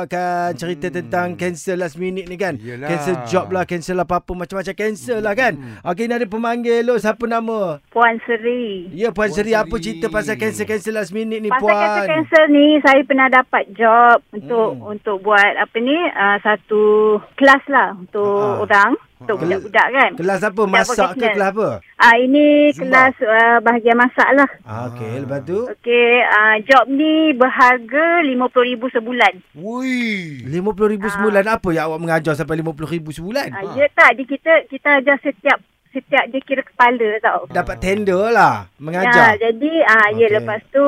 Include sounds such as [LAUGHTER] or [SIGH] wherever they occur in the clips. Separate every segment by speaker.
Speaker 1: kan cerita
Speaker 2: Hmm.
Speaker 1: tentang cancel last minute ni kan.
Speaker 2: Yelah. Hmm.
Speaker 1: Cancel job lah, cancel apa-apa macam-macam cancel lah kan. Okey ni ada pemanggil lo siapa nama?
Speaker 3: Puan Seri.
Speaker 1: Ya Puan,
Speaker 2: Puan
Speaker 1: Seri, apa
Speaker 2: Seri.
Speaker 1: cerita pasal cancel-cancel last minute ni
Speaker 3: Pasal
Speaker 1: Puan?
Speaker 3: cancel-cancel ni saya pernah dapat job untuk
Speaker 1: Hmm.
Speaker 3: untuk buat apa ni uh, satu kelas lah untuk
Speaker 1: Ha.
Speaker 3: orang, untuk
Speaker 2: Ha.
Speaker 3: budak-budak kan.
Speaker 1: Kelas apa?
Speaker 3: Dah
Speaker 1: Masak ke
Speaker 3: vocational.
Speaker 1: kelas apa?
Speaker 3: Ah ini
Speaker 2: Zumba.
Speaker 3: kelas uh, bahagian masak lah.
Speaker 1: Ah, okey,
Speaker 2: Ah.
Speaker 1: lepas tu
Speaker 3: Okey, uh, job ni berharga RM50,000 sebulan.
Speaker 2: Wui.
Speaker 1: RM50,000
Speaker 3: Ah.
Speaker 1: sebulan apa yang awak mengajar sampai RM50,000 sebulan?
Speaker 3: Uh, Ya tak, di kita kita ajar setiap setiap dia kira kepala tau.
Speaker 1: Dapat tender lah mengajar.
Speaker 3: Ya, jadi ah okay. ya
Speaker 1: Okey.
Speaker 3: lepas tu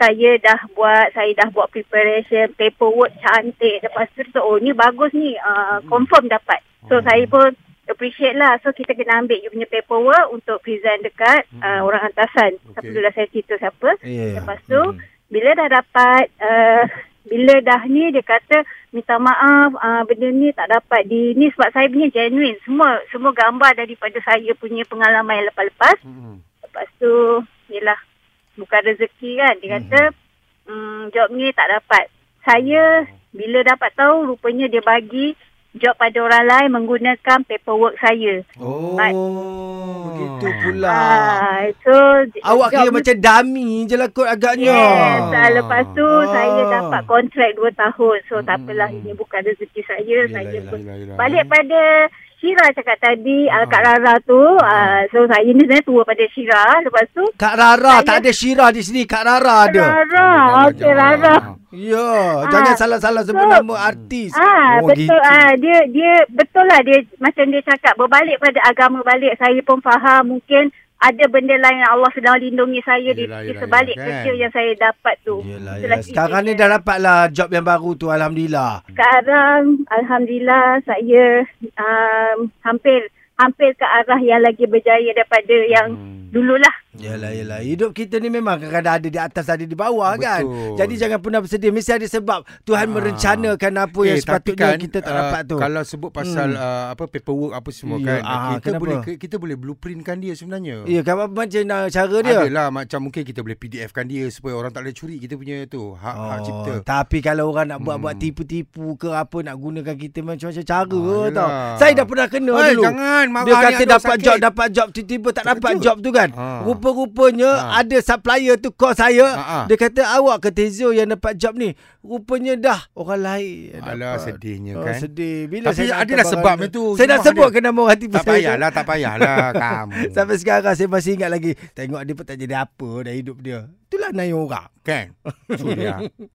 Speaker 3: saya dah buat saya dah buat preparation paperwork cantik lepas tu so, oh ni bagus ni
Speaker 1: Hmm.
Speaker 3: uh, confirm dapat. So saya pun appreciate lah. So kita kena ambil you punya paperwork untuk present dekat
Speaker 1: Hmm.
Speaker 3: uh, orang atasan.
Speaker 2: Okey.
Speaker 3: Okay. Tapi dulu saya cerita siapa.
Speaker 1: Ya.
Speaker 3: Lepas tu
Speaker 1: Hmm.
Speaker 3: bila dah dapat uh, bila dah ni dia kata minta maaf uh, benda ni tak dapat di ni sebab saya punya genuine semua semua gambar daripada saya punya pengalaman yang lepas-lepas
Speaker 2: Hmm.
Speaker 3: Lepas tu Yelah Bukan rezeki kan
Speaker 1: Mhm.
Speaker 3: Dia kata mm, Job ni tak dapat Saya Bila dapat tahu Rupanya dia bagi Job pada orang lain Menggunakan paperwork saya
Speaker 1: Oh,
Speaker 3: Baik.
Speaker 2: Oh.
Speaker 1: begitu pula.
Speaker 3: ah, So
Speaker 1: Awak
Speaker 3: job
Speaker 1: kira
Speaker 3: ni-
Speaker 1: macam dummy je lah kot agaknya.
Speaker 3: Yes, ah, lepas tu
Speaker 1: Ah. Hmm.
Speaker 3: saya dapat kontrak 2 tahun. So tak
Speaker 2: Mm-mm.
Speaker 3: apalah ini bukan rezeki saya.
Speaker 1: Yelah,
Speaker 3: saya
Speaker 1: yelah,
Speaker 3: pun-
Speaker 2: Yelah, yelah.
Speaker 3: Balik pada Syira cakap tadi ah. Kak
Speaker 2: Ah.
Speaker 3: Rara tu ah, So saya ni sebenarnya tua pada Syira Lepas tu
Speaker 1: Kak Rara,
Speaker 3: Saya-
Speaker 1: tak ada Syirah di sini. Kak Rara ada.
Speaker 3: Rara Okey
Speaker 2: Jangan-
Speaker 3: Rara
Speaker 1: Ya, jangan salah-salah sebut
Speaker 3: so-
Speaker 1: nama artis.
Speaker 3: Ah,
Speaker 1: Oh,
Speaker 3: oh, betul
Speaker 1: gitu.
Speaker 3: ah dia dia betul lah dia macam dia cakap berbalik pada agama balik saya pun faham mungkin ada benda lain yang Allah sedang lindungi saya di,
Speaker 2: Yelah,
Speaker 3: di
Speaker 2: yelah,
Speaker 3: sebalik
Speaker 2: yelah, kan?
Speaker 3: kerja yang saya dapat tu.
Speaker 1: Yelah,
Speaker 3: Itulah
Speaker 1: yelah. Sekarang ni
Speaker 3: cerita dia.
Speaker 1: dah dapat lah job yang baru tu. Alhamdulillah.
Speaker 3: sekarang alhamdulillah saya um, hampir hampir ke arah yang lagi berjaya daripada yang
Speaker 2: Hmm.
Speaker 3: dululah.
Speaker 1: Yalah, yalah. Hidup kita ni memang kadang-kadang ada di atas, ada di bawah
Speaker 2: Betul.
Speaker 1: kan. Jadi jangan pernah bersedih. Mesti ada sebab Tuhan
Speaker 2: Ah.
Speaker 1: merencanakan apa yang
Speaker 2: Eh, tapi
Speaker 1: sepatutnya kita tak
Speaker 2: ah,
Speaker 1: dapat tu.
Speaker 2: Kalau sebut
Speaker 1: Hmm.
Speaker 2: pasal ah, apa paperwork apa semua
Speaker 1: Ya,
Speaker 2: kan.
Speaker 1: ah,
Speaker 2: kita
Speaker 1: kenapa?
Speaker 2: boleh kita boleh blueprintkan dia sebenarnya.
Speaker 1: Ya, kan apa- macam mana cara dia?
Speaker 2: Adalah macam mungkin kita boleh PDF-kan dia supaya orang tak boleh curi kita punya tu hak oh, hak cipta.
Speaker 1: Tapi kalau orang nak buat-buat
Speaker 2: Hmm.
Speaker 1: tipu-tipu ke apa nak gunakan kita macam-macam cara
Speaker 2: Ah,
Speaker 1: tau.
Speaker 2: yelah.
Speaker 1: Saya dah pernah kena
Speaker 2: Oi,
Speaker 1: dulu.
Speaker 2: jangan, marah
Speaker 1: Dia
Speaker 2: ni,
Speaker 1: kata
Speaker 2: aduh,
Speaker 1: dapat
Speaker 2: sakit.
Speaker 1: job, dapat job tiba-tiba tak dapat
Speaker 2: Terkejut.
Speaker 1: job tu kan.
Speaker 2: Ah.
Speaker 1: Rupa-rupanya
Speaker 2: Ah.
Speaker 1: ada supplier tu call saya.
Speaker 2: Ah, ah.
Speaker 1: Dia kata awak ke Tezo yang dapat job ni. Rupanya dah orang lain. yang
Speaker 2: Alah,
Speaker 1: dapat.
Speaker 2: sedihnya
Speaker 1: oh,
Speaker 2: kan.
Speaker 1: Sedih. Bila
Speaker 2: Tapi
Speaker 1: saya nak
Speaker 2: adalah
Speaker 1: hantar
Speaker 2: sebabnya
Speaker 1: barang
Speaker 2: tu.
Speaker 1: Saya dah
Speaker 2: Cuma
Speaker 1: sebut
Speaker 2: ada-
Speaker 1: ke nama hati
Speaker 2: Tak
Speaker 1: saya tu.
Speaker 2: payahlah, tak payahlah
Speaker 1: [LAUGHS]
Speaker 2: kamu.
Speaker 1: Sampai sekarang saya masih ingat lagi. Tengok dia pun tak jadi apa dah hidup dia. Itulah naik orang.
Speaker 2: Kan? Suria.